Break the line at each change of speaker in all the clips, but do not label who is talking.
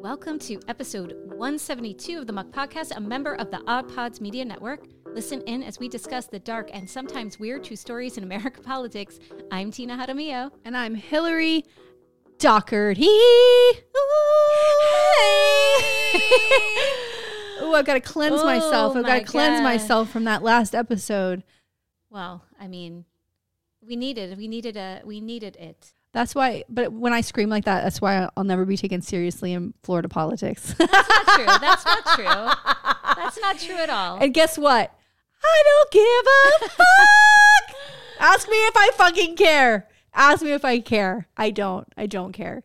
Welcome to episode 172 of the Muck Podcast, a member of the Odd Pods Media Network. Listen in as we discuss the dark and sometimes weird true stories in American politics. I'm Tina Jaramillo.
And I'm Hillary Doherty. Oh, I've got to cleanse
Oh
myself. I've
my
got to cleanse
God.
myself from that last episode.
Well, I mean, we needed, we needed a, we needed it.
That's why, but when I scream like that, that's why I'll never be taken seriously in Florida politics.
That's not true. That's not true. That's not true at all.
and guess what? I don't give a fuck. Ask me if I fucking care. Ask me if I care. I don't. I don't care.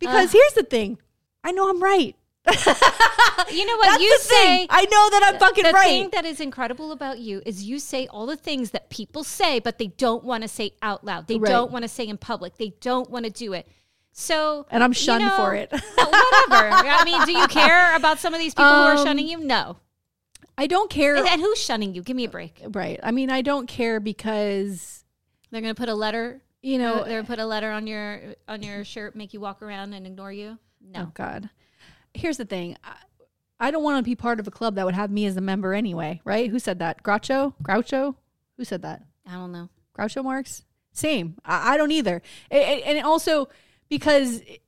Because here's the thing I know I'm right.
you know what
That's
you
the
say.
thing. I know that I'm fucking
the
right.
thing that is incredible about you is you say all the things that people say, but they don't want to say out loud. They
Right.
don't want to say in public. They don't want to do it. So
and I'm
you
shunned
know,
for it.
but whatever. I mean, do you care about some of these people who are
Um,
shunning you? No.
I don't care.
And, and who's shunning you? Give me a break.
right. I mean, I don't care because,
They're gonna put a letter.
you
You know,
know,
they're gonna put a letter on your on your shirt, make you walk around and ignore you. No.
oh God. Here's the thing. I, I don't want to be part of a club that would have me as a member anyway, right? Who said that? Groucho? Groucho? Who said that?
I don't know.
Groucho Marx? Same. I, I don't either. A- a- and also because it-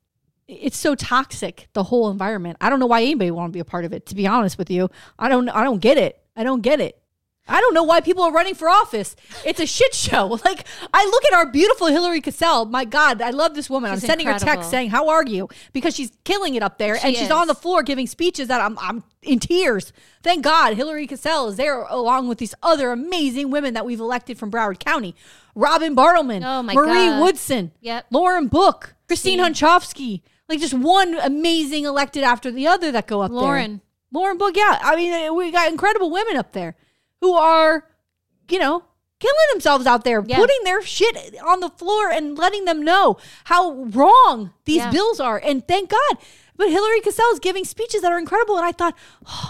it's so toxic, the whole environment. I don't know why anybody would want to be a part of it. To be honest with you, I don't. I don't get it. I don't get it. I don't know why people are running for office. It's a shit show. Like I look at our beautiful Hillary Cassell. My God, I love this woman.
She's
I'm sending her
incredible.
text saying, "How are you?" Because she's killing it up there, and
is.
she's on the floor giving speeches that I'm I'm in tears. Thank God Hillary Cassell is there along with these other amazing women that we've elected from Broward County. Robin Bartleman,
Oh, my
Marie
God.
Woodson,
Yep.
Lauren Book, Christine Hunchofsky. Like just one amazing elected after the other that go up there.
Lauren.
Lauren Book, yeah. I mean, we got incredible women up there who are, you know, killing themselves out there,
Yeah.
putting their shit on the floor and letting them know how wrong these
Yeah.
bills are. And thank God. But Hillary Cassell is giving speeches that are incredible. And I thought, "Oh,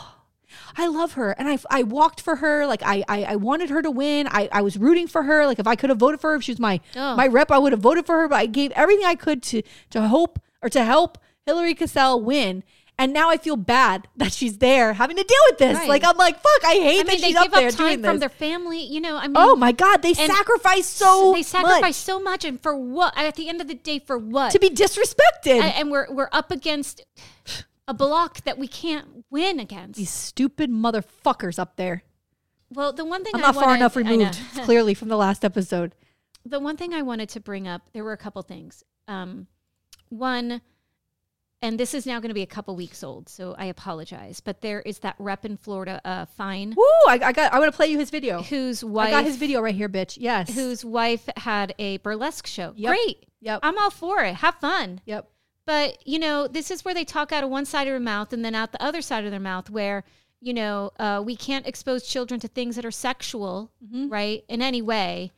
I love her. And I, I walked for her. Like I, I, I wanted her to win. I, I was rooting for her. Like if I could have voted for her, if she was my,
Oh.
my rep, I would have voted for her, but I gave everything I could to, to hope or to help Hillary Cassell win. And now I feel bad that she's there having to deal with this.
Right.
Like I'm like, fuck, I hate
I mean,
that
they
she's
give
up
up,
there doing
time
this.
from their family. You know, I mean,
oh my God. They
And
sacrifice so
they sacrifice so much, and for what? At the end of the day, for what?
much to be disrespected.
A- and we're we're up against a block that we can't win against.
These stupid motherfuckers up there.
Well, the one thing
I'm
I
not far
wanna-
enough
I know.
removed, clearly, from the last episode.
the one thing I wanted to bring up, there were a couple things. Um, one, and this is now going to be a couple weeks old, so I apologize, but there is that rep in Florida, uh, Fine,
Woo! I, I got. I want to play you his video.
whose
I got his
wife
video right here, bitch. Yes.
whose wife had a burlesque show.
Yep.
Great,
Yep.
I'm all for it. Have fun.
yep.
But you know, this is where they talk out of one side of their mouth and then out the other side of their mouth, where you know uh, we can't expose children to things that are sexual,
Mm-hmm.
right, in any way,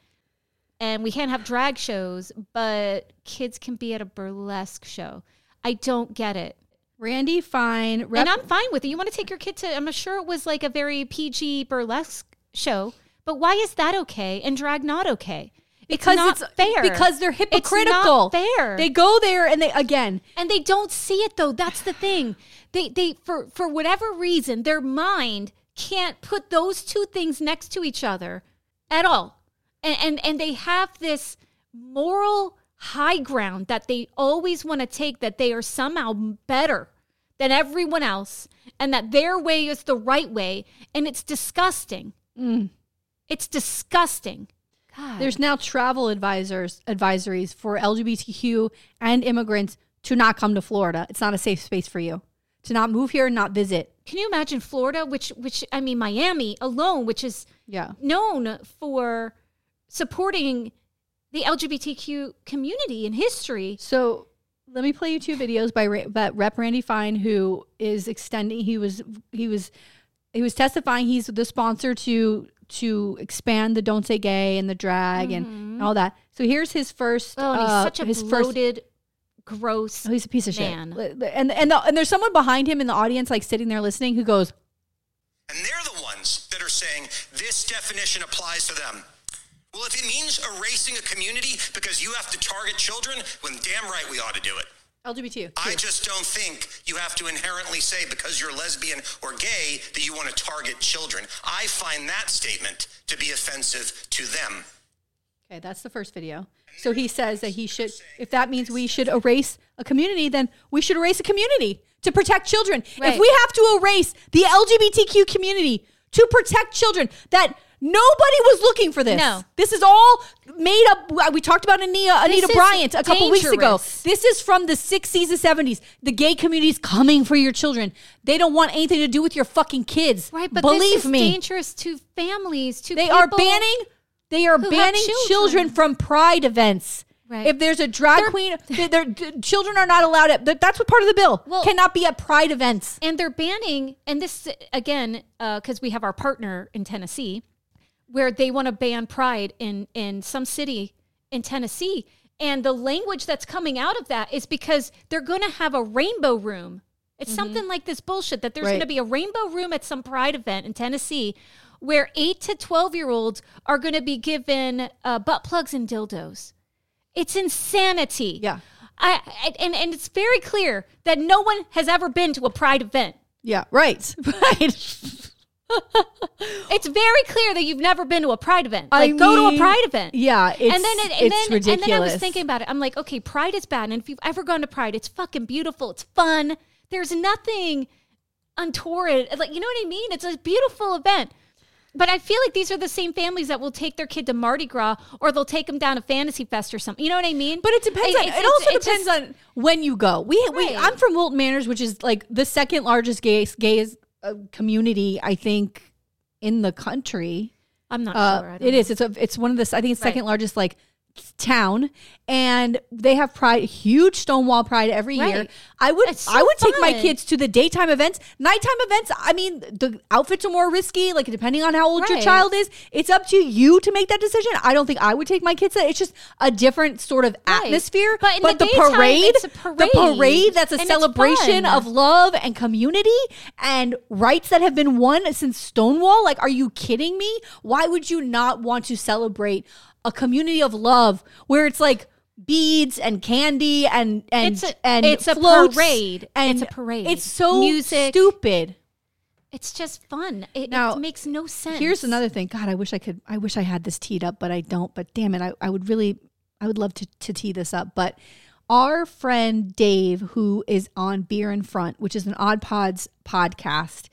and we can't have drag shows, but kids can be at a burlesque show. I don't get it.
Randy Fine. Rep-
And I'm fine with it. You want to take your kid to, I'm sure it was like a very PG burlesque show, but why is that okay and drag not okay?
because
it's not fair.
Because they're
It's not
hypocritical.
fair.
They go there and they again.
and they don't see it though that's the thing they they for for whatever reason their mind can't put those two things next to each other at all and and, and they have this moral high ground that they always want to take that they are somehow better than everyone else and that their way is the right way and it's disgusting it's disgusting God.
There's now travel advisors advisories for LGBTQ and immigrants to not come to Florida. It's not a safe space for you to not move here and not visit.
can you imagine florida which which i mean miami alone which is
Yeah.
known for supporting the LGBTQ community in history.
So let me play you two videos by Ra- but Rep Randy Fine, who is extending. He was he was he was testifying. He's the sponsor to to expand the Don't Say Gay and the drag and all that. So here's his first.
Mm-hmm. Oh, and he's
uh,
such a
his first.
bloated, gross.
Oh, he's a piece of
man.
shit. Li- And and the, and there's someone behind him in the audience, like sitting there listening, who goes,
And they're the ones that are saying this definition applies to them. Well, if it means erasing a community because you have to target children, then damn right we ought to do it.
LGBTQ.
I just don't think you have to inherently say because you're lesbian or gay that you want to target children. I find that statement to be offensive to them.
Okay, that's the first video. So he says that he should, if that means we should erase a community, then we should erase a community to protect children.
Right.
If we have to erase the LGBTQ community to protect children, that nobody was looking for this.
No.
This is all made up. uh, We talked about Anita, Anita
is
Bryant a couple weeks ago.
dangerous.
This is from the 60s and 70s. The gay community's coming for your children. They don't want anything to do with your fucking kids.
Right, but
Believe
this is
me.
dangerous to families. To
They are
people.
banning. They are
have
banning children.
children.
from pride events.
Right.
If there's a drag queen, th- their d- children are not allowed at. th- That's what part of the bill
Well-
cannot be at pride events.
and they're banning and this again because we have our partner in tennessee where they want to ban pride in in some city in tennessee and the language that's coming out of that is because they're going to have a rainbow room it's something like this bullshit that there's
Mm-hmm. Right.
going to be a rainbow room at some pride event in tennessee where 8 to 12 year olds are going to be given uh, butt plugs and dildos it's insanity
Yeah.
I, I- and and it's very clear that no one has ever been to a pride event.
Yeah, right, right.
It's very clear that you've never been to a pride event. Like go to a
mean,
pride event.
yeah, it's- it's
and then I was
ridiculous.
thinking about it. I'm like, okay, pride is bad, and if you've ever gone to pride, it's fucking beautiful. It's fun. There's nothing untoward. Like you know what I mean? It's a beautiful event. But I feel like these are the same families that will take their kid to Mardi Gras, or they'll take them down to Fantasy Fest or something. You know what I mean?
But it depends. on,
it's-
it
it's-
also
it's
depends
just-
on when you go. We, we
Right.
I'm from Wilton Manors, which is like the second largest gay gay uh, community, I think, in the country.
I'm not
Uh,
sure. I don't
it
know.
is. It's a, it's one of the. I think it's
Right.
second largest like town, and they have pride, huge Stonewall Pride every year.
Right.
I would
It's so
I would take my
fun.
kids to the daytime events, nighttime events. I mean, the outfits are more risky. Like depending on how old your
Right.
child is, it's up to you to make that decision. I don't think I would take my kids. To, it's just a different sort of
Right.
atmosphere.
But in the daytime, it's a
the
parade,
parade, that's a
and it's
celebration
fun.
of love and community and rights that have been won since Stonewall. Like, are you kidding me? Why would you not want to celebrate a community of love where it's like beads and candy and and
It's a-
and
it's a
floats
parade.
and
It's a parade.
It's so
Music.
stupid.
It's just fun. It,
Now,
it makes no sense.
Here's another thing. God, I wish I could. I wish I had this teed up, but I don't. But damn it, I, I would really, I would love to, to tee this up. But our friend Dave, who is on Beer in Front, which is an Odd Pods podcast,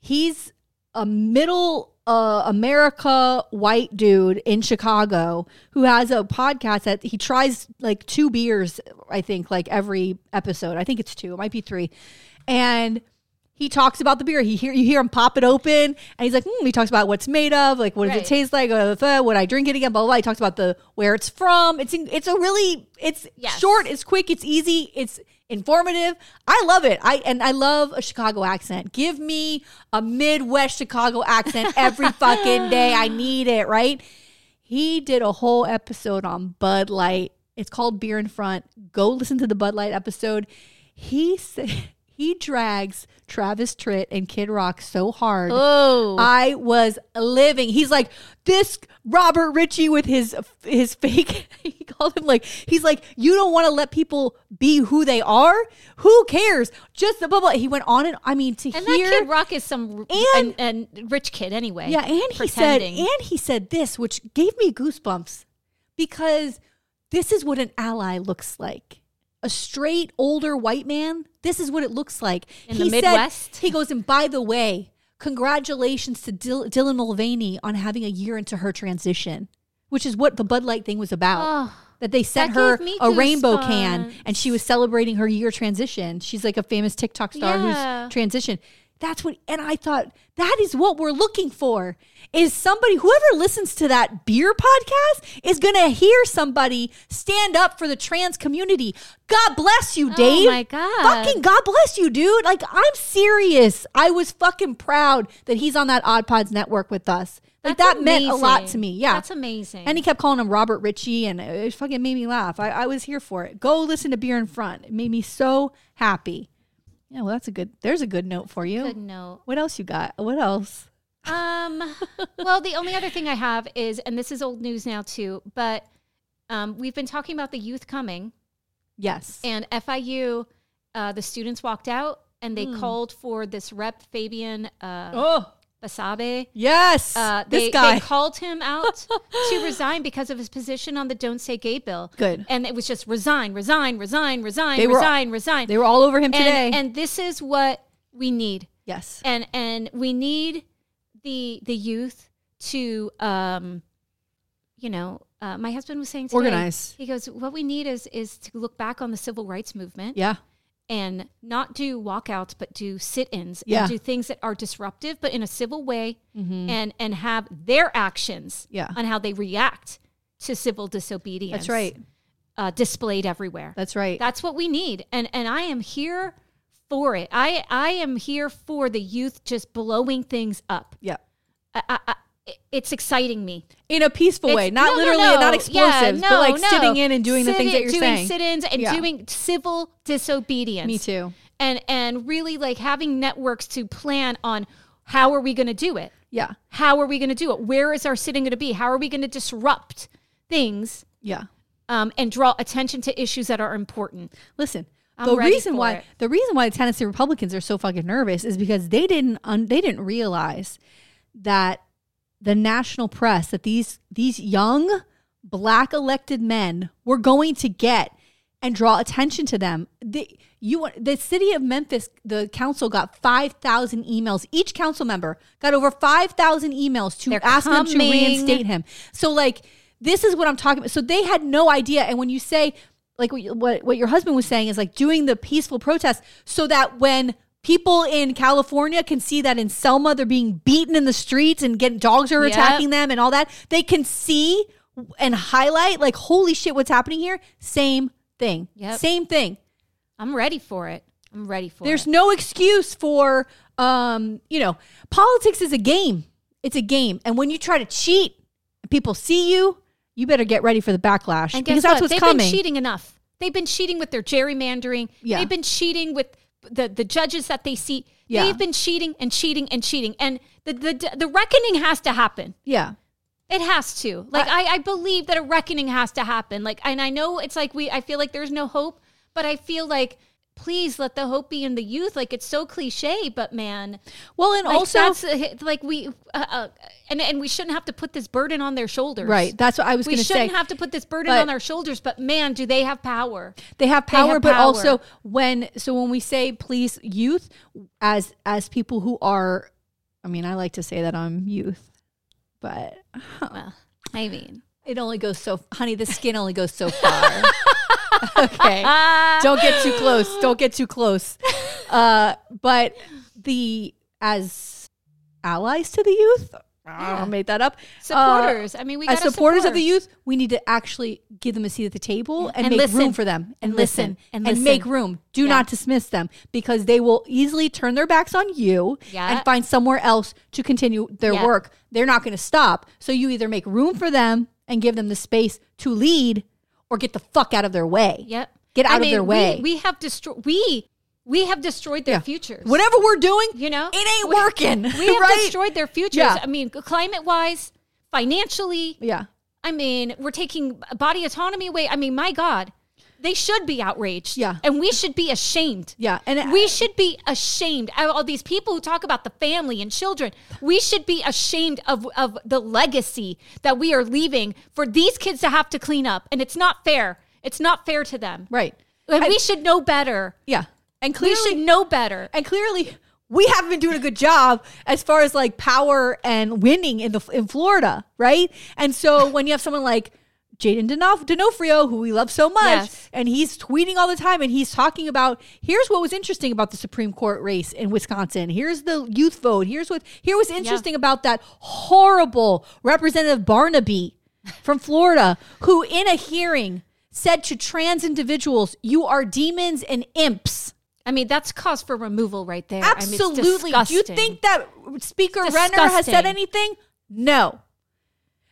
he's a middle uh, America white dude in Chicago who has a podcast that he tries like two beers, I think, like every episode. I think it's two, it might be three. And he talks about the beer. He hear you hear him pop it open, and he's like, hmm, he talks about what's made of, like what does
Right.
it taste like, uh, uh, would I drink it again, blah, blah blah. He talks about the where it's from. It's in, it's a really it's
Yes.
short, it's quick, it's easy, it's informative. I love it. I and I love a Chicago accent. Give me a Midwest Chicago accent every fucking day. I need it, right? He did a whole episode on Bud Light. It's called Beer in Front. Go listen to the Bud Light episode. He said he drags Travis Tritt and Kid Rock so hard.
Oh.
I was living. He's like this Robert Ritchie with his his fake. He called him like he's like you don't want to let people be who they are. Who cares? Just the blah blah. He went on and I mean to
and that
hear
kid Rock is some and, and, rich kid anyway.
yeah, and he said,
pretending.
and he said this, which gave me goosebumps because this is what an ally looks like. A straight older white man, this is what it looks like.
In the Midwest?
Said, he goes, and by the way, congratulations to Dil- Dylan Mulvaney on having a year into her transition, which is what the Bud Light thing was about.
Oh.
that they sent
That
her
gave me
a rainbow can
goosebumps.
and she was celebrating her year transition. She's like a famous TikTok star
Yeah.
who's transition. That's what, and I thought that is what we're looking for. Is somebody whoever listens to that beer podcast is going to hear somebody stand up for the trans community. God bless you, Dave.
Oh my God.
fucking God bless you, dude. Like I'm serious. I was fucking proud that he's on that Odd Pods network with us. Like
That's
that meant a lot
amazing.
to me. Yeah,
That's amazing.
And he kept calling him Robert Ritchie, and it fucking made me laugh. I, I was here for it. Go listen to Beer in Front. It made me so happy. Yeah, well, that's a good. There's a good note for you.
Good note.
What else you got? What else?
Um, well, the only other thing I have is, and this is old news now too, but um, we've been talking about the youth coming,
Yes.
And FIU, uh, the students walked out and they called for this rep, Fabian uh,
Hmm. oh,
Basabe.
yes.
Uh,
this
they,
guy.
they called him out to resign because of his position on the Don't Say Gay bill.
Good.
And it was just resign, resign, resign, resign,
They were-
resign, resign.
they were all over him
and,
today.
and this is what we need.
yes.
And and we need the the youth to um you know, uh, my husband was saying today,
Organize.
He goes, "What we need is is to look back on the civil rights movement
yeah.
and not do walkouts, but do sit-ins
Yeah. Mm-hmm.
and do things that are disruptive, but in a civil way, and and have their actions
Yeah.
on how they react to civil disobedience.
That's right.
uh, displayed everywhere.
That's right.
That's what we need, and and I am here for it. I I am here for the youth just blowing things up.
yeah.
I, I, I, it's exciting me
In a peaceful way,
it's-
not
no, no,
literally,
no.
not
Yeah,
explosives,
no,
but like
no.
sitting in and doing the things
Sit-
that you're
doing
saying.
sit-ins and
Yeah.
doing civil disobedience.
Me too.
And and really like having networks to plan on how are we going to do it?
Yeah.
How are we going to do it? Where is our sitting going to be? How are we going to disrupt things
Yeah.
um, and draw attention to issues that are important?
Listen,
I'm
the
ready
reason
for
why
it.
the reason why the Tennessee Republicans are so fucking nervous is because they didn't un, they didn't realize that the national press that these these young black elected men were going to get and draw attention to them. The, you want- the city of Memphis, the council got five thousand emails. Each council member got over five thousand emails to
They're
ask them to
coming.
reinstate him. So like this is what I'm talking about. So they had no idea. And when you say like what you- what, what your husband was saying is like doing the peaceful protest so that when people in California can see that in Selma they're being beaten in the streets and getting dogs are
Yep.
attacking them and all that, they can see and highlight like holy shit what's happening here. Same thing.
Yep.
Same thing.
I'm ready for it. I'm ready for
There's
it.
no excuse for um, you know, politics is a game. It's a game. And when you try to cheat, people see you, you better get ready for the backlash
And guess
because that's
what?
what's
They've
coming.
been cheating enough. They've been cheating with their gerrymandering.
Yeah.
They've been cheating with the, the judges that they seat.
Yeah.
They've been cheating and cheating and cheating. And the, the, the reckoning has to happen.
Yeah.
It has to. Like, I, I believe that a reckoning has to happen. Like, and I know it's like we, I feel like there's no hope, but I feel like please let the hope be in the youth. Like, it's so cliche, but man.
Well, and
Like,
also
that's, uh, like we, uh, uh, and, and we shouldn't have to put this burden on their shoulders.
right. That's what I was
we
going to say.
shouldn't have to put this burden
but-
on our shoulders, but man, do they have power?
they have power,
have
but
power.
also when so when we say police youth as as people who are, I mean, I like to say that I'm youth, but Oh,
Well, I mean,
it only goes so. Honey, the skin only goes so far. okay. don't get too close. Don't get too close. Uh, but the as allies to the youth, I made that up. Uh,
supporters. I mean, we
as
gotta
supporters
support.
of the youth, we need to actually give them a seat at the table and,
And
make room
listen.
for them and,
And
listen,
listen.
and,
And
make
listen.
room. Do not dismiss them because they will easily turn their backs on you
Yeah.
and find somewhere else to continue their
Yeah.
work. They're not going to stop. So you either make room for them and give them the space to lead or get the fuck out of their way.
Yep.
Get
I
out of
mean,
their
we-
way.
We, have destroyed. We we have destroyed their
Yeah.
futures.
Whatever we're doing,
You know,
it ain't
We-
working.
We have
right?
destroyed their futures.
Yeah.
I mean, climate wise, financially.
Yeah.
I mean, we're taking body autonomy away. I mean, my God, they should be outraged.
Yeah.
And we should be ashamed.
Yeah. And it-
we should be ashamed of all these people who talk about the family and children. We should be ashamed of, of the legacy that we are leaving for these kids to have to clean up. And it's not fair. It's not fair to them.
Right.
And
I-
we should know better.
Yeah. And
We
clearly
should know better.
and clearly we haven't been doing a good job as far as like power and winning in the in Florida, right? And so when you have someone like Jaden Denof- D'Onofrio, who we love so much,
Yes.
and he's tweeting all the time, and he's talking about here's what was interesting about the Supreme Court race in Wisconsin. Here's the youth vote. Here's what here was interesting about that horrible Representative Barnaby from Florida, who in a hearing said to trans individuals, "You are demons and imps."
I mean, that's cause for removal right there. I mean, it's
Absolutely. Do you
disgusting.
think that Speaker Renner has said
disgusting.
anything? No.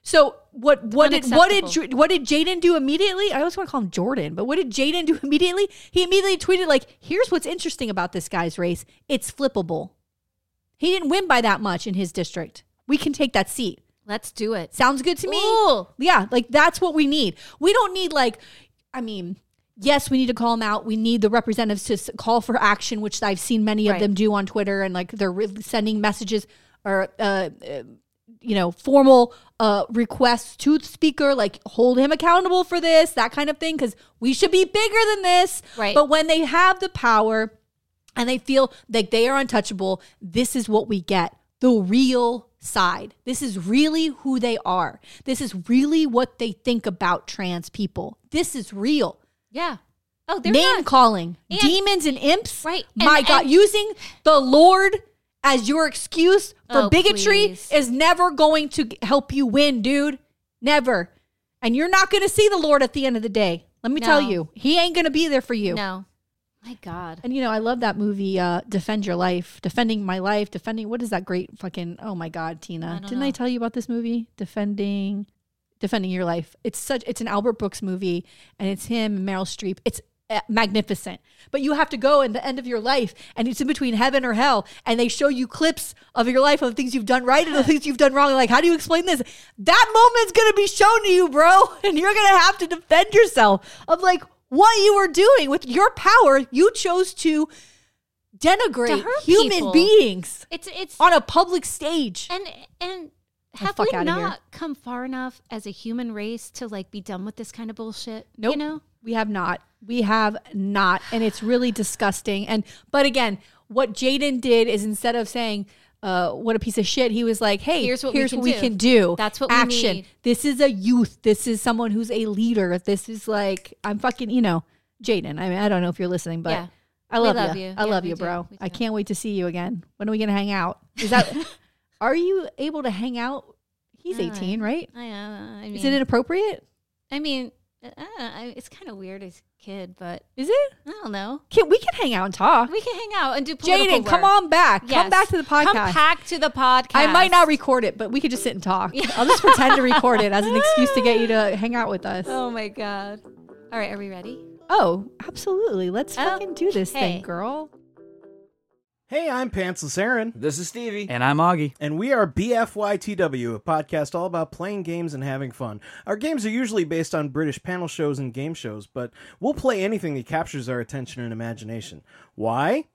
So what what did what did Ju- what did Jaden do immediately? I always want to call him Jordan, but what did Jaden do immediately? He immediately tweeted like, "Here's what's interesting about this guy's race. It's flippable. He didn't win by that much in his district. We can take that seat.
Let's do it.
Sounds good to me.
Ooh.
Yeah, like that's what we need. We don't need like, I mean, yes, we need to call them out. We need the representatives to s- call for action, which I've seen many of
Right.
them do on Twitter, and like they're re- sending messages or uh, uh, you know formal uh, requests to the speaker, like hold him accountable for this, that kind of thing, because we should be bigger than this.
Right.
But when they have the power and they feel like they are untouchable, this is what we get the real side. This is really who they are. This is really what they think about trans people. This is real.
Yeah. Oh, they're
Name
not.
calling,
And-
demons and imps.
Right,
My
and-
God,
and-
using the Lord as your excuse for
Oh,
bigotry
please.
is never going to g- help you win, dude. Never. And you're not going to see the Lord at the end of the day. Let me tell
No.
you, He ain't going to be there for you.
No. My God.
And you know, I love that movie, uh, Defend Your Life, Defending My Life, Defending what is that great fucking oh my god, Tina.
I don't
Didn't I
know.
tell you about this movie? Defending Defending Your Life. It's such it's an Albert Brooks movie and it's him and Meryl Streep. It's uh, magnificent. But you have to go in the end of your life and it's in between heaven or hell and they show you clips of your life of things you've done right and the things you've done wrong. Like, how do you explain this? That moment's going to be shown to you, bro, and you're going to have to defend yourself of like what you were doing with your power. You chose to denigrate
To hurt
human
people.
beings
It's it's
on a public stage.
and and have
fuck
we
outta here.
not come far enough as a human race to like be done with this kind of bullshit?
Nope.
You know?
We have not. We have not. And it's really disgusting. And but again, what Jaden did is instead of saying, uh, what a piece of shit, he was like, hey,
Here's what we can do.
do.
That's what we
Action.
need.
This is a youth. This is someone who's a leader. This is like I'm fucking, you know, Jaden. I mean, I don't know if you're listening, but
Yeah.
I
We
love,
love
you.
you. Yeah,
I love
we
you,
do.
bro.
We
I
do.
can't wait to see you again. When are we gonna hang out? Is that are you able to hang out? He's
All
18, right?
I uh, I mean,
Is it inappropriate?
I mean, uh, I don't know, I- it's kind of weird as a kid, but
Is it?
I don't know.
Can we can hang out and talk?
We can hang out and do political
Jaden, come
work.
on back. Come
Yes.
back to the podcast.
Come back to the podcast.
I might not record it, but we could just sit and talk. I'll just pretend to record it as an excuse to get you to hang out with us.
Oh my god! All right, are we ready?
Oh, absolutely. Let's
Oh,
fucking do this
okay.
thing, girl.
Hey, I'm Pantsless Aaron,
This is Stevie.
And I'm Augie.
and we are BFYTW, a podcast all about playing games and having fun. Our games are usually based on British panel shows and game shows, but we'll play anything that captures our attention and imagination. Why?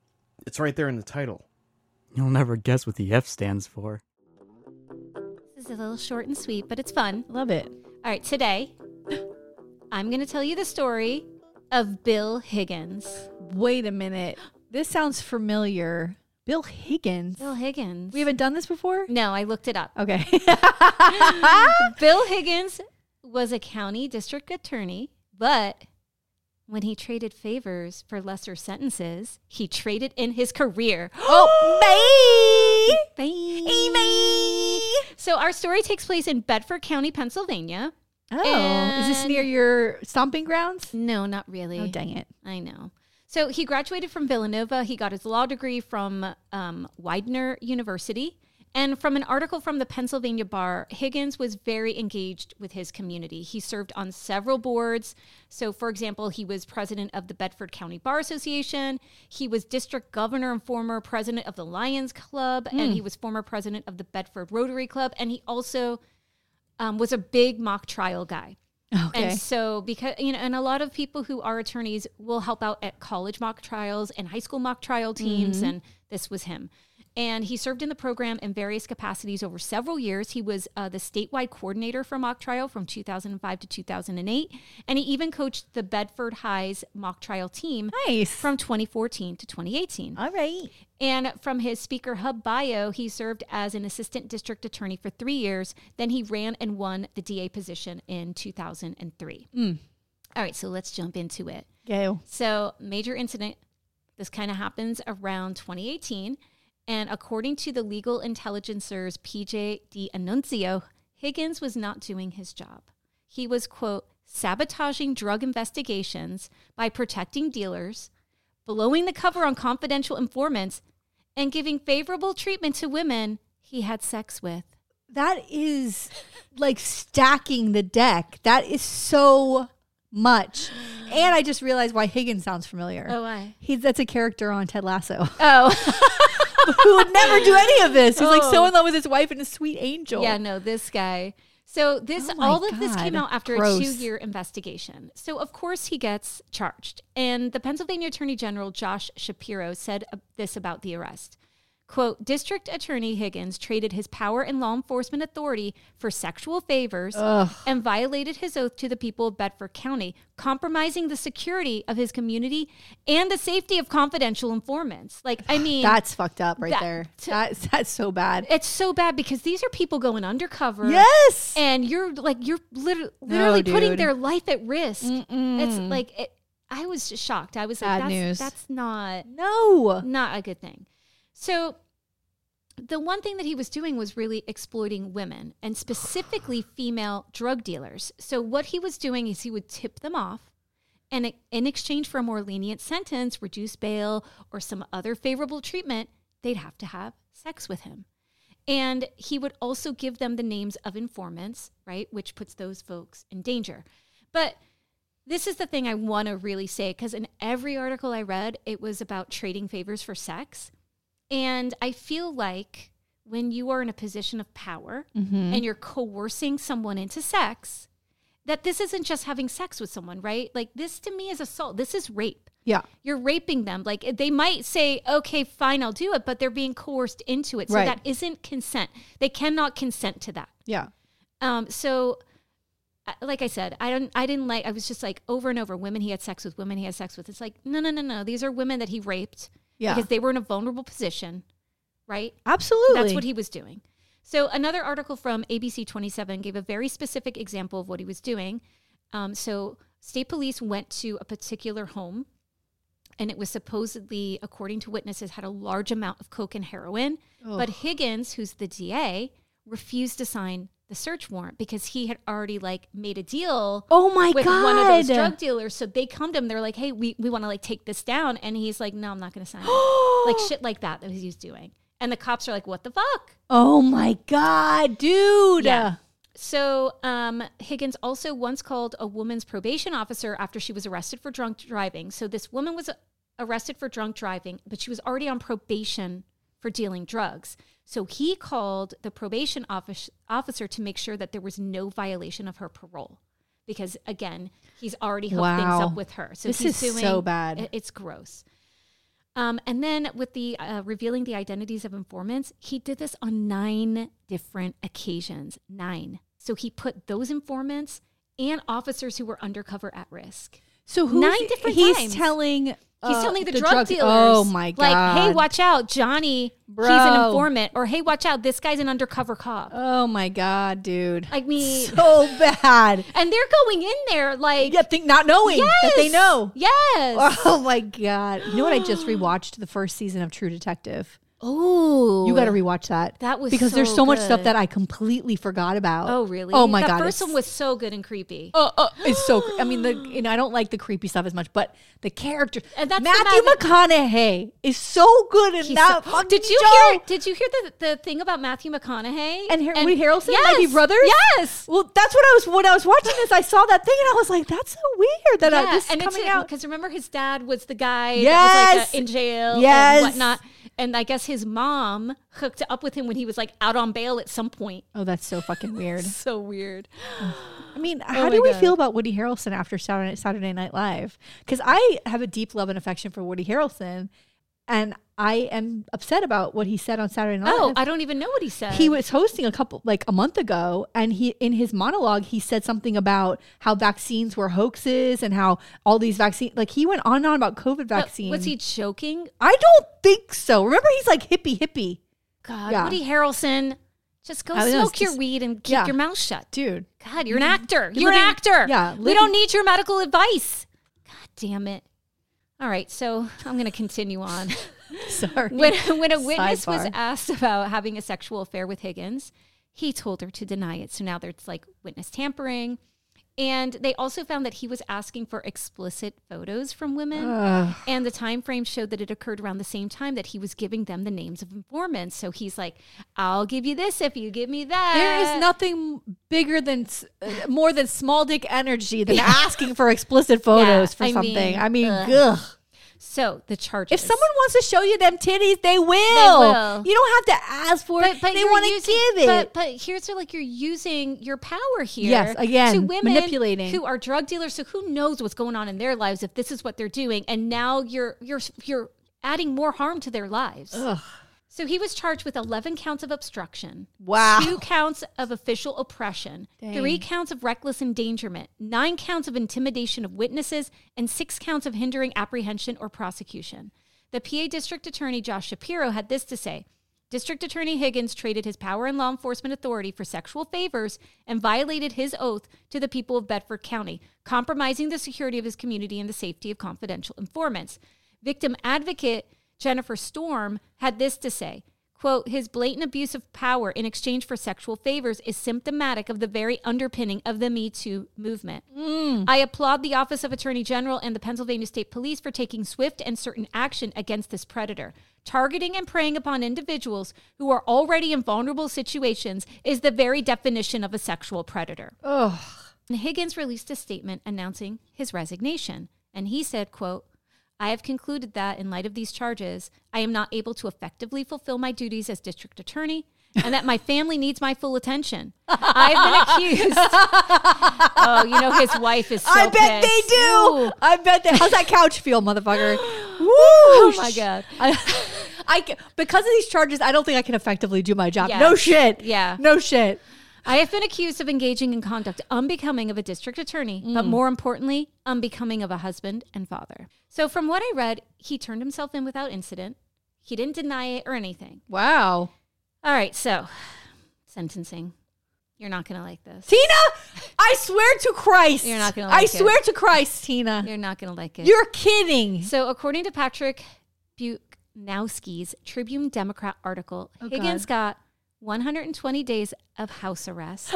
It's right there in the title.
You'll never guess what the F stands for.
This is a little short and sweet, but it's fun.
Love it.
All right, today I'm going to tell you the story of Bill Higgins.
Wait a minute. This sounds familiar. Bill Higgins.
Bill Mm. Higgins.
We haven't done this before?
No, I looked it up.
Okay.
Bill Higgins was a county district attorney, but when he traded favors for lesser sentences, he traded in his career.
oh, babe.
So our story takes place in Bedford County, Pennsylvania.
Oh, is this
And-
near your stomping grounds?
No, not really.
Oh, dang it.
I know. So he graduated from Villanova. He got his law degree from um, Widener University. And from an article from the Pennsylvania Bar, Higgins was very engaged with his community. He served on several boards. So, for example, he was president of the Bedford County Bar Association. He was district governor and former president of the Lions Club. And he was former president of the Bedford Rotary Club. And he also um, was a big mock trial guy.
Okay.
And so, because you know, and a lot of people who are attorneys will help out at college mock trials and high school mock trial teams,
Mm-hmm.
and this was him. And he served in the program in various capacities over several years. He was uh, the statewide coordinator for mock trial from 2005 to 2008, and he even coached the Bedford Highs mock trial team
nice.
from 2014 to 2018.
All right.
And from his Speaker Hub bio, he served as an assistant district attorney for three years. Then he ran and won the DA position in 2003. All right, so let's jump into it.
Gail.
So, major incident. This kind of happens around 2018. And according to the legal intelligencer's PJ D'Annunzio, Higgins was not doing his job. He was, quote, sabotaging drug investigations by protecting dealers, blowing the cover on confidential informants, and giving favorable treatment to women he had sex with.
That is like stacking the deck. That is so much. And I just realized why Higgins sounds familiar.
I.
He's that's a character on Ted Lasso
Oh,
who would never do any of this. He's like so
Oh.
in love with his wife and his sweet angel.
yeah, no, this guy. So this
Oh my
all of this came
God.
out after
Gross.
a two-year investigation. So of course he gets charged. And the Pennsylvania Attorney General Josh Shapiro said uh, this about the arrest. Quote, District Attorney Higgins traded his power and law enforcement authority for sexual favors and violated his oath to the people of Bedford County, compromising the security of his community and the safety of confidential informants. Like, I mean,
That's fucked up right
That-
there. That's that's so bad.
it's so bad because these are people going undercover.
Yes.
and you're like you're literally, literally putting
dude.
their life at risk. It's like it, I was just shocked. I was
Bad
like, that's,
news.
that's not
no.
not a good thing. So the one thing that he was doing was really exploiting women and specifically female drug dealers. So what he was doing is he would tip them off and in exchange for a more lenient sentence, reduced bail or some other favorable treatment, they'd have to have sex with him. And he would also give them the names of informants, right, which puts those folks in danger. But this is the thing I want to really say because in every article I read, it was about trading favors for sex. And I feel like when you are in a position of power and you're coercing someone into sex, that this isn't just having sex with someone, right? Like, this to me is assault. This is rape.
Yeah.
You're raping them. Like, they might say, okay, fine, I'll do it, but they're being coerced into it. So
Right.
that isn't consent. They cannot consent to that.
Yeah.
Um, so, I- like I said, I don't, I didn't like. I was just like over and over. Women he had sex with. Women he had sex with. It's like no, no, no, no. These are women that he raped
Yeah.
because they were in a vulnerable position, right?
Absolutely.
That's what he was doing. So another article from ABC 27 gave a very specific example of what he was doing. Um, so state police went to a particular home, and it was supposedly, according to witnesses, had a large amount of coke and heroin. But Higgins, who's the DA, refused to sign the search warrant because he had already like made a deal
Oh my
with
god.
one of those drug dealers. So they come to him, they're like, "Hey, we we want to like take this down," and he's like, "No, I'm not going to sign." it." like shit like that that he was doing. And the cops are like, "What the fuck?"
oh my god, dude.
Yeah. So um, Higgins also once called a woman's probation officer after she was arrested for drunk driving. So this woman was arrested for drunk driving, but she was already on probation for dealing drugs. So he called the probation office, officer to make sure that there was no violation of her parole. Because again, he's already hooked things
Wow.
up with her. So
This
he's
is
doing,
so bad.
it- It's gross. Um, and then with the uh, revealing the identities of informants, he did this on nine different occasions. Nine. So he put those informants and officers who were undercover at risk.
So who's
Nine different
he's
times.
telling he's
He's telling the, drug, dealers,
Uh, Oh my god.
like, hey, watch out, Johnny, he's an
Bro.
informant, or hey, watch out, this guy's an undercover cop.
Oh my god, dude.
I mean,
so bad.
and they're going in there like
Yeah, think not knowing that they
yes,
know.
Yes.
Oh my god. You know what I just rewatched the first season of True Detective.
Oh,
Ah. You got to rewatch that.
That was
because there's
so
so much stuff
good.
that I completely forgot about.
Oh, really?
Oh my
that
god.
First
it's-
one was so good and creepy.
Uh, uh, it's so. cre- I mean, the you know I don't like the creepy stuff as much, but the character
And that's the
Matthew
Matt-
McConaughey is so good in
He's
that.
so-
fucking
did you
show.
hear? Did you hear the, the thing about Matthew McConaughey
And Har- Woody Harrelson,
Yes,
Mighty Brothers?
Yes,
Well, that's what I was when I was watching this. I saw that thing and I was like, "That's so weird that I, this is coming out."
because remember his dad was the guy that was
Yes.
like uh, in jail
Yes.
and whatnot, and I guess his mom hooked up with him when he was like out on bail at some point.
Oh, that's so fucking weird.
So weird.
I mean, how
Oh my
do we
God.
feel about Woody Harrelson after Saturday, Saturday Night Live? Because I have a deep love and affection for Woody Harrelson, and I am upset about what he said on Saturday Night
Oh,
Live.
I don't even know what he said.
he was hosting a couple like a month ago and he in his monologue he said something about how vaccines were hoaxes and how all these vaccines like he went on and on about
But
covid vaccines
Was he joking?
i don't think so remember he's like hippie hippie
God,
Yeah.
Woody Harrelson, just go
I know,
smoke
it's
your
just-
weed and keep
yeah.
your mouth shut.
dude
God, you're an actor. You're an
living-
actor.
yeah,
we don't
living-
need your medical advice. God damn it. All right, so I'm going to continue on.
sorry
when, when a witness was
Sidebar.
asked about having a sexual affair with Higgins, he told her to deny it. So now there's like witness tampering. And they also found that he was asking for explicit photos from women. And the time frame showed that it occurred around the same time that he was giving them the names of informants. So he's like, I'll give you this if you give me that.
there is nothing bigger than s- uh, more than small dick energy than asking for explicit photos for
I
something
mean,
i mean
ugh.
ugh.
So the charges.
If someone wants to show you them titties, they will.
will.
You don't have to ask for it. they
you're
want to
using-
give it.
But, but here's where, like you're using your power here.
Yes, again,
to women
manipulating.
who are drug dealers. So who knows what's going on in their lives if this is what they're doing? And now you're you're you're adding more harm to their lives. So he was charged with 11 counts of obstruction.
Wow.
Two counts of official oppression, three counts of reckless endangerment, nine counts of intimidation of witnesses, and six counts of hindering apprehension or prosecution. The PA District Attorney Josh Shapiro had this to say District Attorney Higgins traded his power and law enforcement authority for sexual favors and violated his oath to the people of Bedford County, compromising the security of his community and the safety of confidential informants. Victim advocate Jennifer Storm had this to say quote his blatant abuse of power in exchange for sexual favors is symptomatic of the very underpinning of the me too movement i applaud the office of attorney general and the pennsylvania state police for taking swift and certain action against this predator targeting and preying upon individuals who are already in vulnerable situations is the very definition of a sexual predator and Higgins released a statement announcing his resignation, and he said, quote, I have concluded that in light of these charges, I am not able to effectively fulfill my duties as district attorney and that my family needs my full attention. I've been accused. oh, you know his wife is so
I bet
pissed.
they do.
Ooh.
I bet they. How's that couch feel, motherfucker? Woo!
Oh my god.
I, I ca- because of these charges, I don't think I can effectively do my job.
Yeah.
No shit.
Yeah.
No shit.
I have been accused of engaging in conduct unbecoming of a district attorney, but more importantly, unbecoming of a husband and father. So, from what I read, he turned himself in without incident. He didn't deny it or anything.
Wow.
All right, so sentencing. You're not going to like this.
Tina, I swear to Christ.
You're not gonna
I
like it.
swear to Christ, Tina.
You're not going to like it.
You're kidding.
so, according to Patrick Buchnowski's Tribune Democrat article, Higgins got 120 days of house arrest.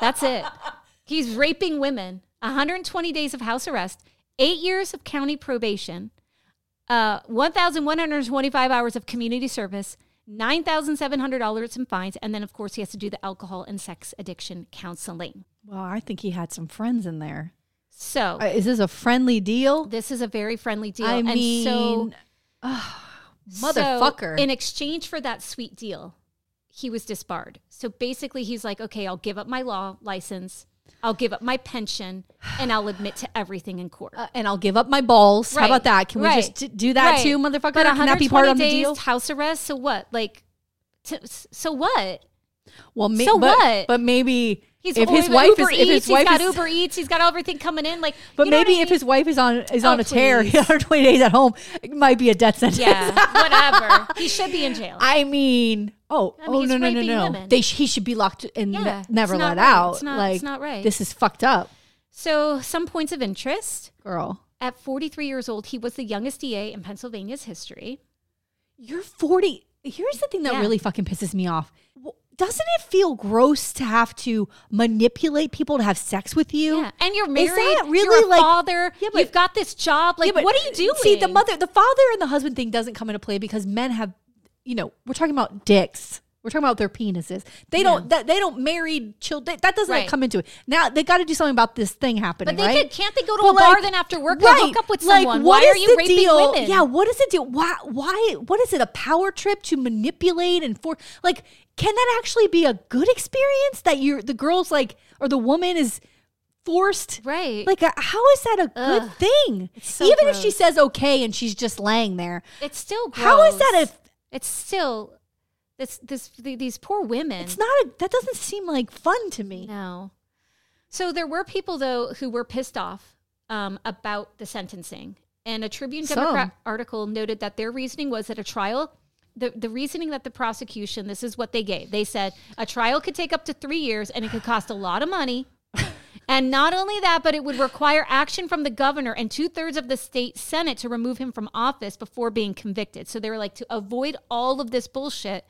That's it. He's raping women. 120 days of house arrest, eight years of county probation, uh, 1,125 hours of community service, $9,700 in fines, and then, of course, he has to do the alcohol and sex addiction counseling.
Well, I think he had some friends in there.
So,
Uh, Is this a friendly deal?
this is a very friendly deal.
I
and so,
mean,
so
motherfucker.
in exchange for that sweet deal, he was disbarred. So basically, he's like, okay, I'll give up my law license, I'll give up my pension, and I'll admit to everything in court.
uh, and I'll give up my balls. How
Right,
about that? Can we
right,
just d- do that
right.
too, motherfucker?
But
Can that be part
120
of the
days
deal?
House arrest. So what? Like, t- so what?
Well, may-
So
but,
what?
But maybe if
only
his
with
wife is
Uber
if
Eats,
his wife
he's got
is
Uber Eats, he's got everything coming in. Like,
But
you know what
maybe
I
if his wife is on is
Oh,
on a tear,
please.
120 days at home, it might be a death sentence.
mean? yeah, whatever, he should be in jail.
I mean, oh,
I mean,
oh
he's
no, no, no,
raping
no,
women.
They sh- he should be locked and ne-
Yeah, it's
never
not
let
right.
out.
It's not-
like,
it's not right.
This is fucked up,
so, some points of interest.
girl.
At 43 years old, he was the youngest DA in Pennsylvania's history.
You're 40. Here's the thing that
Yeah.
really fucking pisses me off. W- Doesn't it feel gross to have to manipulate people to have sex with you?
Yeah, and you're
Is
married.
that
you're
really
a
like-
father?
Yeah, but-
you've got this job. Like,
Yeah, but
what are you doing?
See, the mother, the father, and the husband thing doesn't come into play because men have, you know, we're talking about dicks. We're talking about their penises. They don't. That, they don't marry children. That doesn't
Right.
come into it. Now they got to do something about this thing happening.
But they
right?
could, can't they go to
But
a bar
like-
then after work
right.
and hook up with
Like,
someone?
what
Why are
is
you
the
raping
deal?
women?
Yeah, what is it deal? Why? Why? What is it? A power trip to manipulate and for like? Can that actually be a good experience that you're the girl's like or the woman is forced?
Right.
Like, uh, how is that a good
Ugh.
thing?
so
Even if she
gross.
says okay and she's just laying there,
It's still gross.
How is that
it's still this this th- these poor women.
it's not. A, that doesn't seem like fun to me.
no. So there were people though who were pissed off um, about the sentencing, and a Tribune
Some.
Democrat article noted that their reasoning was that a trial. The, the reasoning that the prosecution, this is what they gave. They said a trial could take up to three years and it could cost a lot of money. And not only that, but it would require action from the governor and two thirds of the state senate to remove him from office before being convicted. So they were like, to avoid all of this bullshit,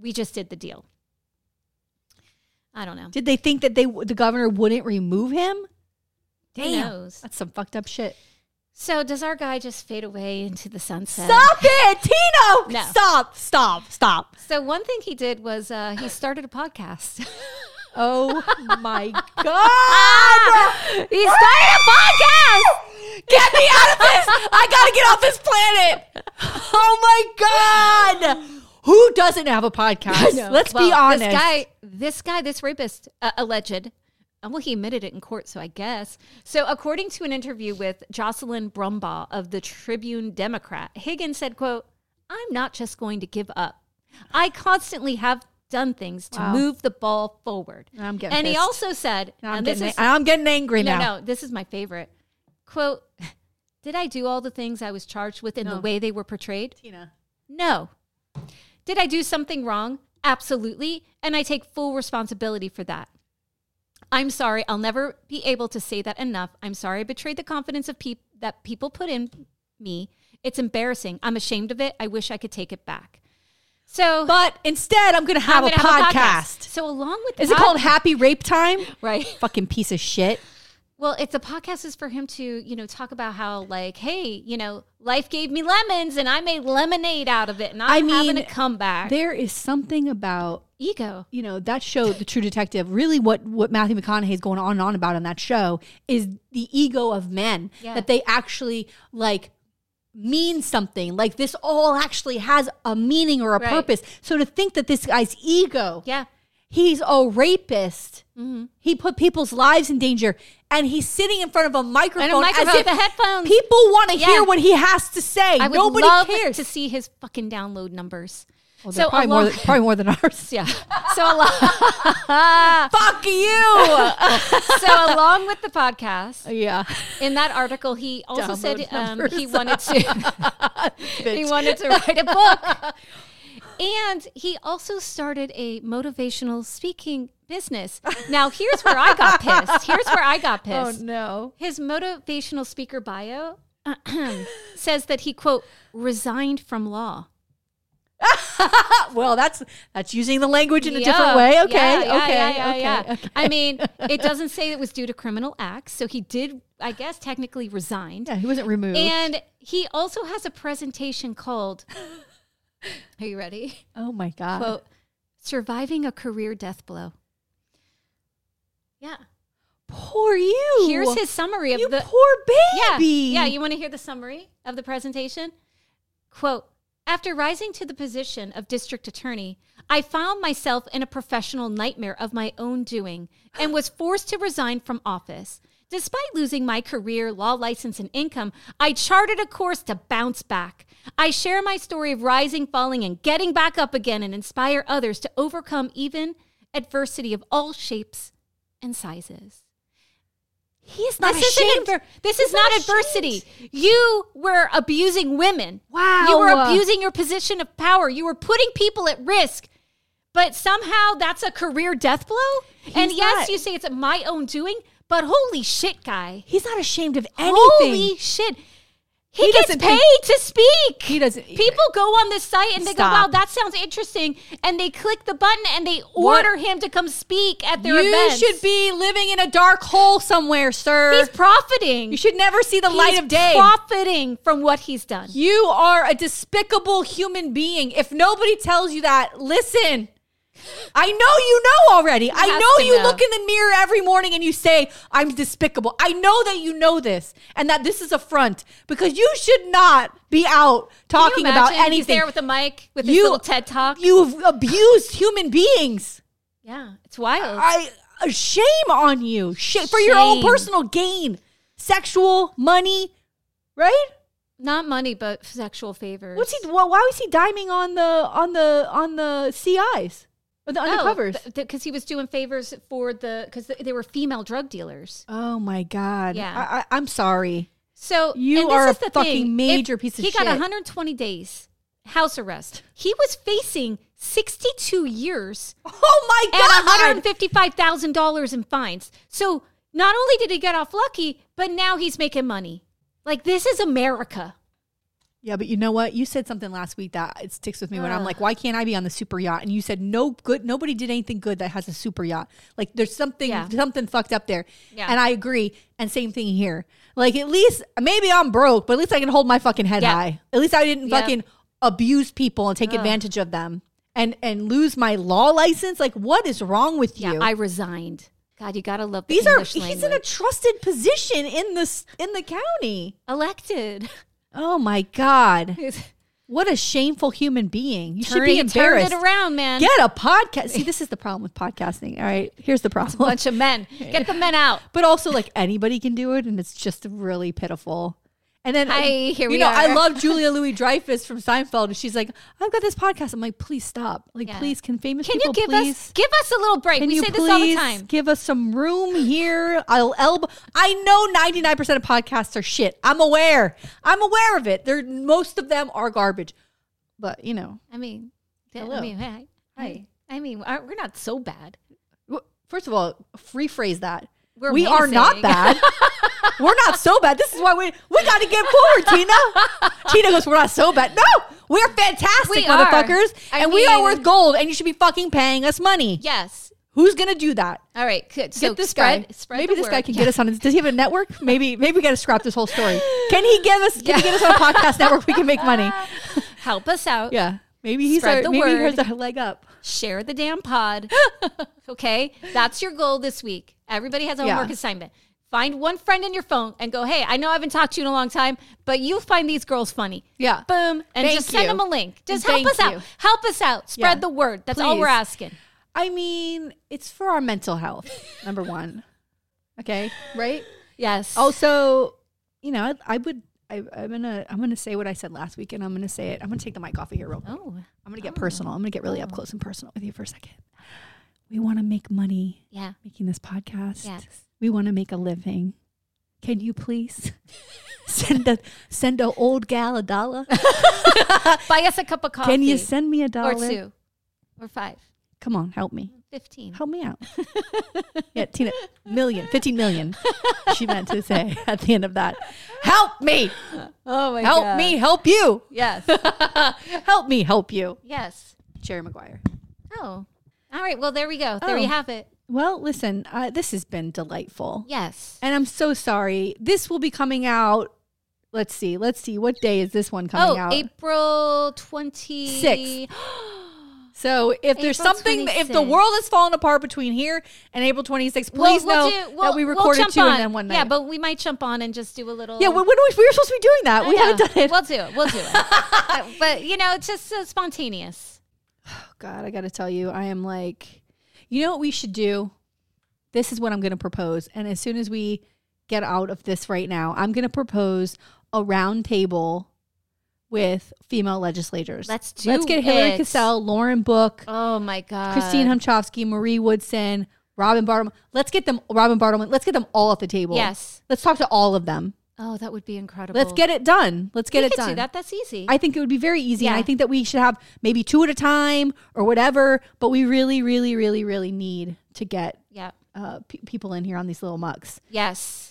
we just did the deal. I don't know.
Did they think that they w- the governor wouldn't remove him? Damn,
knows?
that's some fucked up shit.
So does our guy just fade away into the sunset?
Stop it, Tino!
No.
Stop! Stop! Stop!
So one thing he did was uh, he started a podcast.
Oh my god!
he started a podcast.
Get me out of this! I gotta get off this planet! Oh my god! Who doesn't have a podcast?
No.
Let's be
Well,
honest.
This guy, this guy, this rapist, uh, alleged. uh, Well, he admitted it in court, so I guess. So, according to an interview with Jocelyn Brumbaugh of the Tribune Democrat, Higgins said, "quote I'm not just going to give up. I constantly have done things to
Wow.
move the ball forward."
I'm getting
and he
pissed.
also said,
Now I'm,
and this
getting,
is
a- I'm getting angry
no,
now.
no, this is my favorite quote. Did I do all the things I was charged with in the
No.
way they were portrayed?
Tina.
No. Did I do something wrong? Absolutely. And I take full responsibility for that. I'm sorry. I'll never be able to say that enough. I'm sorry I betrayed the confidence of peop that people put in me. It's embarrassing. I'm ashamed of it. I wish I could take it back. So
But instead, I'm gonna have,
I'm
a,
gonna
podcast.
have So along with the
Is it
pod-
called Happy Rape Time?
right?
Fucking piece of shit.
Well, it's a podcast is for him to, you know, talk about how like, hey, you know, life gave me lemons and I made lemonade out of it, and I'm
I mean,
having a comeback.
There is something about
Ego.
you know that show the true detective really what what matthew mcconaughey is going on and on about on that show is the ego of men
Yeah.
that they actually like mean something like this all actually has a meaning or a
Right.
purpose so to think that this guy's ego
Yeah. Mm-hmm.
he's a rapist he put people's lives in danger and he's sitting in front of a microphone,
microphone
as
with
if
the headphones.
people want to
Yeah.
hear what he has to say
I would
nobody
love
cares Oh,
to see his fucking download numbers.
They're probably, more
along-
than, probably more than ours
yeah. So along,
fuck you
so along with the podcast,
yeah
in that article, he also said
Download
um, he
numbers.
wanted to he wanted to write a book, and he also started a motivational speaking business. Now, here's where I got pissed. Here's where I got pissed.
Oh, no.
His motivational speaker bio says that he quote resigned from law.
Well, that's that's using the language in a
Yeah.
different way. Okay.
Yeah, yeah,
okay.
yeah, yeah,
okay.
yeah.
okay.
I mean, it doesn't say it was due to criminal acts, so he did, I guess, technically resigned.
Yeah, he wasn't removed.
And he also has a presentation called Are you ready?
oh my god.
Quote Surviving a Career Death Blow. Yeah.
poor you.
Here's his summary of
you
the
poor baby.
Yeah, yeah. You want to hear the summary of the presentation? Quote After rising to the position of district attorney, I found myself in a professional nightmare of my own doing and was forced to resign from office. Despite losing my career, law license, and income, I charted a course to bounce back. I share my story of rising, falling, and getting back up again and inspire others to overcome even adversity of all shapes and sizes
he is not
this
ashamed.
isn't adver- this is not,
not
adversity. You were abusing women.
Wow.
You were abusing your position of power. You were putting people at risk. But somehow that's a career death blow. and
He's
yes,
not.
you say it's my own doing, but holy shit, guy.
He's not ashamed of anything.
Holy shit. He,
He
gets paid
doesn't think-
to speak.
He doesn't-
People go on this site and they
Stop.
go, "Wow, that sounds interesting," and they click the button and they
What-
order him to come speak at their
you
events.
should be living in a dark hole somewhere, sir.
He's profiting.
you should never see the light
He's
of day.
Profiting from what he's done.
you are a despicable human being. If nobody tells you that, listen. I know you know already. I
has to
know you
know.
look in the mirror every morning and you say, I'm despicable. I know that you know this and that this is a front because you should not be
Can
out
you
talking about
imagine?
anything.
He's there with a mic with his
You-
little TED talk.
You've abused human beings.
yeah, it's wild.
I uh, shame on you. Shame for your own
Shame.
personal gain. Sexual, money, right?
Not money, but sexual favors.
What's he? Well, why was he diming on the on the on the CIs or Oh, the
Oh,
undercovers?
Because he was doing favors for the because they were female drug dealers.
oh my god!
Yeah.
I, I, I'm sorry.
So
You
and this
are
is
a
the
fucking
thing.
major piece of
he
shit.
got 120 days house arrest. He was facing 62 years
Oh my
and
god!
$155,000 in fines. So not only did he get off lucky, but now he's making money. Like this is America.
yeah, but you know what? You said something last week that it sticks with me when I'm
Ugh.
like, why can't I be on the super yacht? And you said no good. Nobody did anything good that has a super yacht. Like there's something
Yeah.
something fucked up there.
Yeah.
And I agree. And same thing here. Like at least maybe I'm broke, but at least I can hold my fucking head
Yeah.
high. At least I didn't
Yeah.
fucking abuse people and take advantage of them and and lose my law license. Like what is wrong with you?
Yeah, I resigned. God, you gotta love the
These
English
are he's in a
language.
trusted position in this in the county.
elected.
Oh my god.
He's
What a shameful human being. You should
turning-
be embarrassed.
Turned it around, man.
Get a podcast. See, this is the problem with podcasting. All right. Here's the problem.
bunch of men. Get the men out.
But also like anybody can do it and it's just really pitiful. And then
Hi,
I-
here
you
we
know, I
are.
love Julia Louis Dreyfus from Seinfeld and she's like, I've got this podcast. I'm like, please stop. Like,
Yeah.
please can famous
Can
people
you give
please
us give us a little break?
Can
we
you
say this all the
please
time.
give us some room here? I'll elbow. I know 99% of podcasts are shit. I'm aware. I'm aware of it. They're, most of them are garbage. But, you know,
I mean, yeah,
Hello.
I mean, hi, hi. I mean, aren't- we're not so bad.
w- first of all, rephrase that.
We're
we are not
amazing.
bad. we're not so bad. This is why we we got to get forward, Tina. Tina goes, we're not so bad. No, we're fantastic,
We are.
motherfuckers,
I
and we are
mean-
worth gold. And you should be fucking paying us money.
Yes.
Who's gonna do that?
All right. Good. So
get this
spread,
guy.
Spread
maybe
the
this guy
word.
can get us on. Does he have a network? Maybe maybe we got to scrap this whole story. Can he give us? Can he get us on a podcast network? We can make money.
help us out.
Yeah, maybe he's
Spread
our,
the
maybe
word.
he's our leg up.
Share the damn pod. okay, that's your goal this week. Everybody has a
Yeah.
homework assignment. Find one friend in your phone and go, hey, I know I haven't talked to you in a long time, but you find these girls funny.
Yeah.
Boom. And
Thank
just send
you.
them a link. Just
And
help us
thank
out.
you.
Help us out. Spread
Yeah.
the word. That's all
Please.
we're asking.
I mean, it's for our mental health. Number one. Okay. Right.
Yes.
Also, you know, I, I would. I, I'm gonna. I'm gonna say what I said last week, and I'm gonna say it. I'm gonna take the mic off of here real quick.
oh,
I'm gonna get personal. I'm gonna get really up close and personal with you for a second. We want to make money
yeah.
making this podcast.
Yes.
We want to make a living. Can you please send a send a old gal a dollar?
Buy us a cup of coffee.
Can you send me a dollar?
or two or five?
Come on, help me.
15.
Help me out. yeah, Tina, million, 15 million. She meant to say at the end of that. Help me.
Oh, my
Help me, help you.
Yes.
Help me, help you.
yes.
Jerry Maguire.
Oh. All right. Well, there we go. There we
Oh.
have it.
Well, listen, uh, this has been delightful.
Yes.
And I'm so sorry. This will be coming out. Let's see. Let's see. What day is this one coming
oh,
out?
April 20.
So if there's
April
something, if the
26th.
world is falling apart between here and April 26th,
Well,
please
we'll
know
do- we'll-
that we
we'll
recorded
jump
two
on.
and then one night.
Yeah, but we might jump on and just do a little.
yeah, when, when we, we were supposed to be doing that,
I
we haven't
know.
done it.
We'll do it. We'll do it. Uh, but, you know, it's just so spontaneous.
Oh, God, I got to tell you, I am like, you know what we should do? This is what I'm going to propose. And as soon as we get out of this right now, I'm going to propose a round table with female legislators.
Let's do
Let's get Hillary
it.
Cassell, Lauren Book,
Oh, my God.
Christine Humchowski, Marie Woodson, Robin Bartleman. Let's get them, Robin Bartleman. Let's get them all at the table.
Yes.
Let's talk to all of them.
Oh, that would be incredible.
Let's get it done. Let's get
we
it
could
done.
do that. That's easy.
I think it would be very easy. And I
Yeah.
think that we should have maybe two at a time or whatever. But we really, really, really, really need to get
yeah.
uh, pe people in here on these little mucks.
Yes.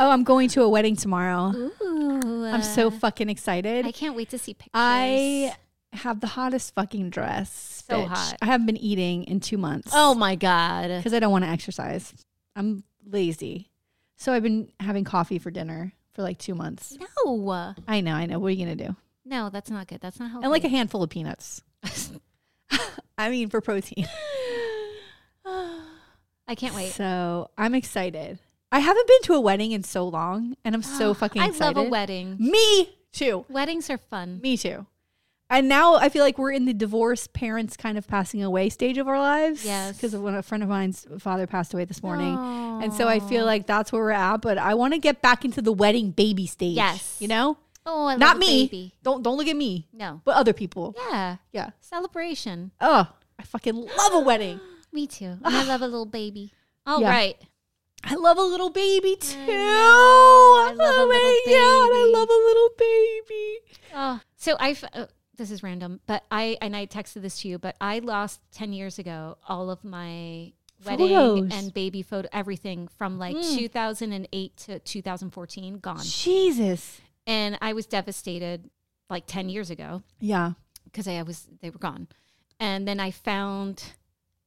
Oh, I'm going to a wedding tomorrow.
Ooh.
I'm so
uh,
fucking excited.
I can't wait to see pictures.
I have the hottest fucking dress.
So
bitch.
hot.
I haven't been eating in two months.
Oh my god.
because I don't want to exercise. I'm lazy. So I've been having coffee for dinner for like two months.
No.
I know, I know. What are you going to do?
No, that's not good. That's not healthy.
And like a handful of peanuts. I mean, for protein.
I can't wait.
So I'm excited. I haven't been to a wedding in so long, and I'm so fucking
I
excited.
love a wedding.
Me too.
Weddings are fun.
Me too. And now I feel like we're in the divorce, parents kind of passing away stage of our lives.
Yes.
Because when a friend of mine's father passed away this morning. And so I feel like that's where we're at. But I want to get back into the wedding baby stage.
Yes.
You know?
Oh, I love
Not
a
me.
baby.
Don't don't look at me.
No.
But other people.
Yeah.
Yeah.
Celebration.
Oh, I fucking love a wedding.
Me too. And I love a little baby. All
Yeah.
right.
I love a little baby
know.
too.
I love a
Oh
little
my God, I
baby.
love a little baby.
Oh, so I. f- Uh, this is random, but I and I texted this to you, but I lost ten years ago all of my wedding
Photos. Hmm.
and baby photo, everything from like 2008 to 2014 gone,
Jesus.
and I was devastated like ten years ago
Yeah.
because I was they were gone, and then I found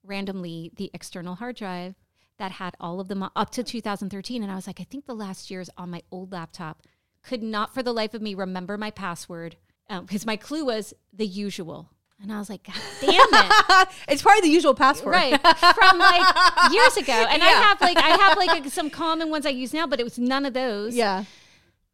randomly the external hard drive that had all of them up to 2013, and I was like, I think the last year's on my old laptop. um, Could not for the life of me remember my password because my clue was the usual. And I was like, God damn it.
it's probably the usual password.
right. From like years ago. And I
Yeah.
have like I have like a, some common ones I use now, but it was none of those.
Yeah.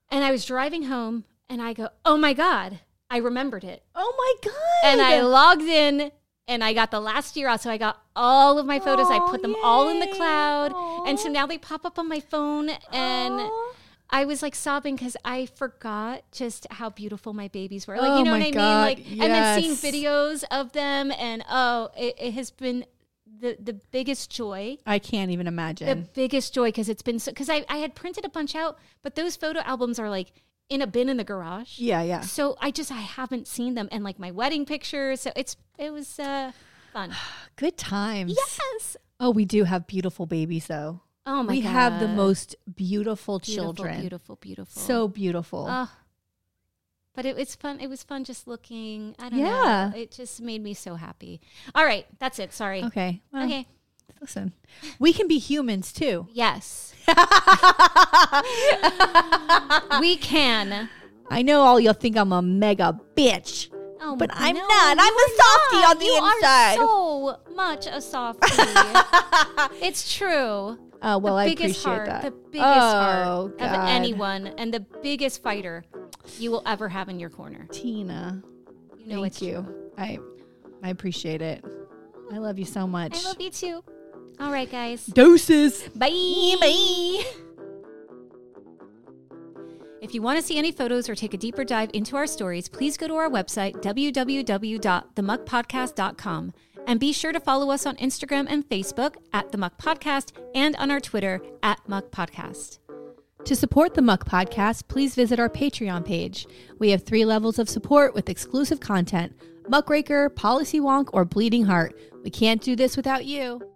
And I was driving home and I go, Oh my God, I remembered it.
Oh my god.
And I logged in and I got the last year out. So I got all of my photos. I
Aw,
put them all in the
yay.
cloud. And so
Aw.
now they pop up on my phone. And I was like sobbing because I forgot just how beautiful my babies were. Like,
Oh,
you know
my
what I
God,
mean? Like, and then seeing
yes.
videos of them. And oh, it, it has been the, the biggest joy.
I can't even
The
imagine.
biggest joy because it's been so, because I, I had printed a bunch out, but those photo albums are like in a bin in the garage.
yeah, yeah.
So I just I haven't seen them and like my wedding pictures. So it's it was uh fun.
Good times.
Yes.
Oh, we do have beautiful babies though.
Oh my
we
god.
have the most
beautiful,
beautiful, children.
Beautiful, beautiful.
So beautiful.
Ugh. but it, it's fun. It was fun just looking. I don't
Yeah.
know. It just made me so happy. All right, that's it. Sorry.
okay. Well,
Okay.
Listen, we can be humans too.
Yes. we can.
I know all y'all think I'm a mega bitch.
Oh,
But I'm
no,
not. I'm
you
a
are
softie
not.
on the
you
inside.
Are so much a softie. it's true.
Oh, well, I
biggest
appreciate
heart,
that.
the biggest
Oh,
heart
God.
of anyone, and the biggest fighter you will ever have in your corner.
Tina,
You know
thank
it's
you.
true.
I, I appreciate it. I love you so much.
I love you too. All right, guys.
Doses.
Bye. Bye. If you want to see any photos or take a deeper dive into our stories, please go to our website, www.themuckpodcast.com. And be sure to follow us on Instagram and Facebook at The Muck Podcast and on our Twitter at Muck Podcast.
To support the Muck Podcast, please visit our Patreon page. We have three levels of support with exclusive content Muckraker, Policy Wonk, or Bleeding Heart. We can't do this without you.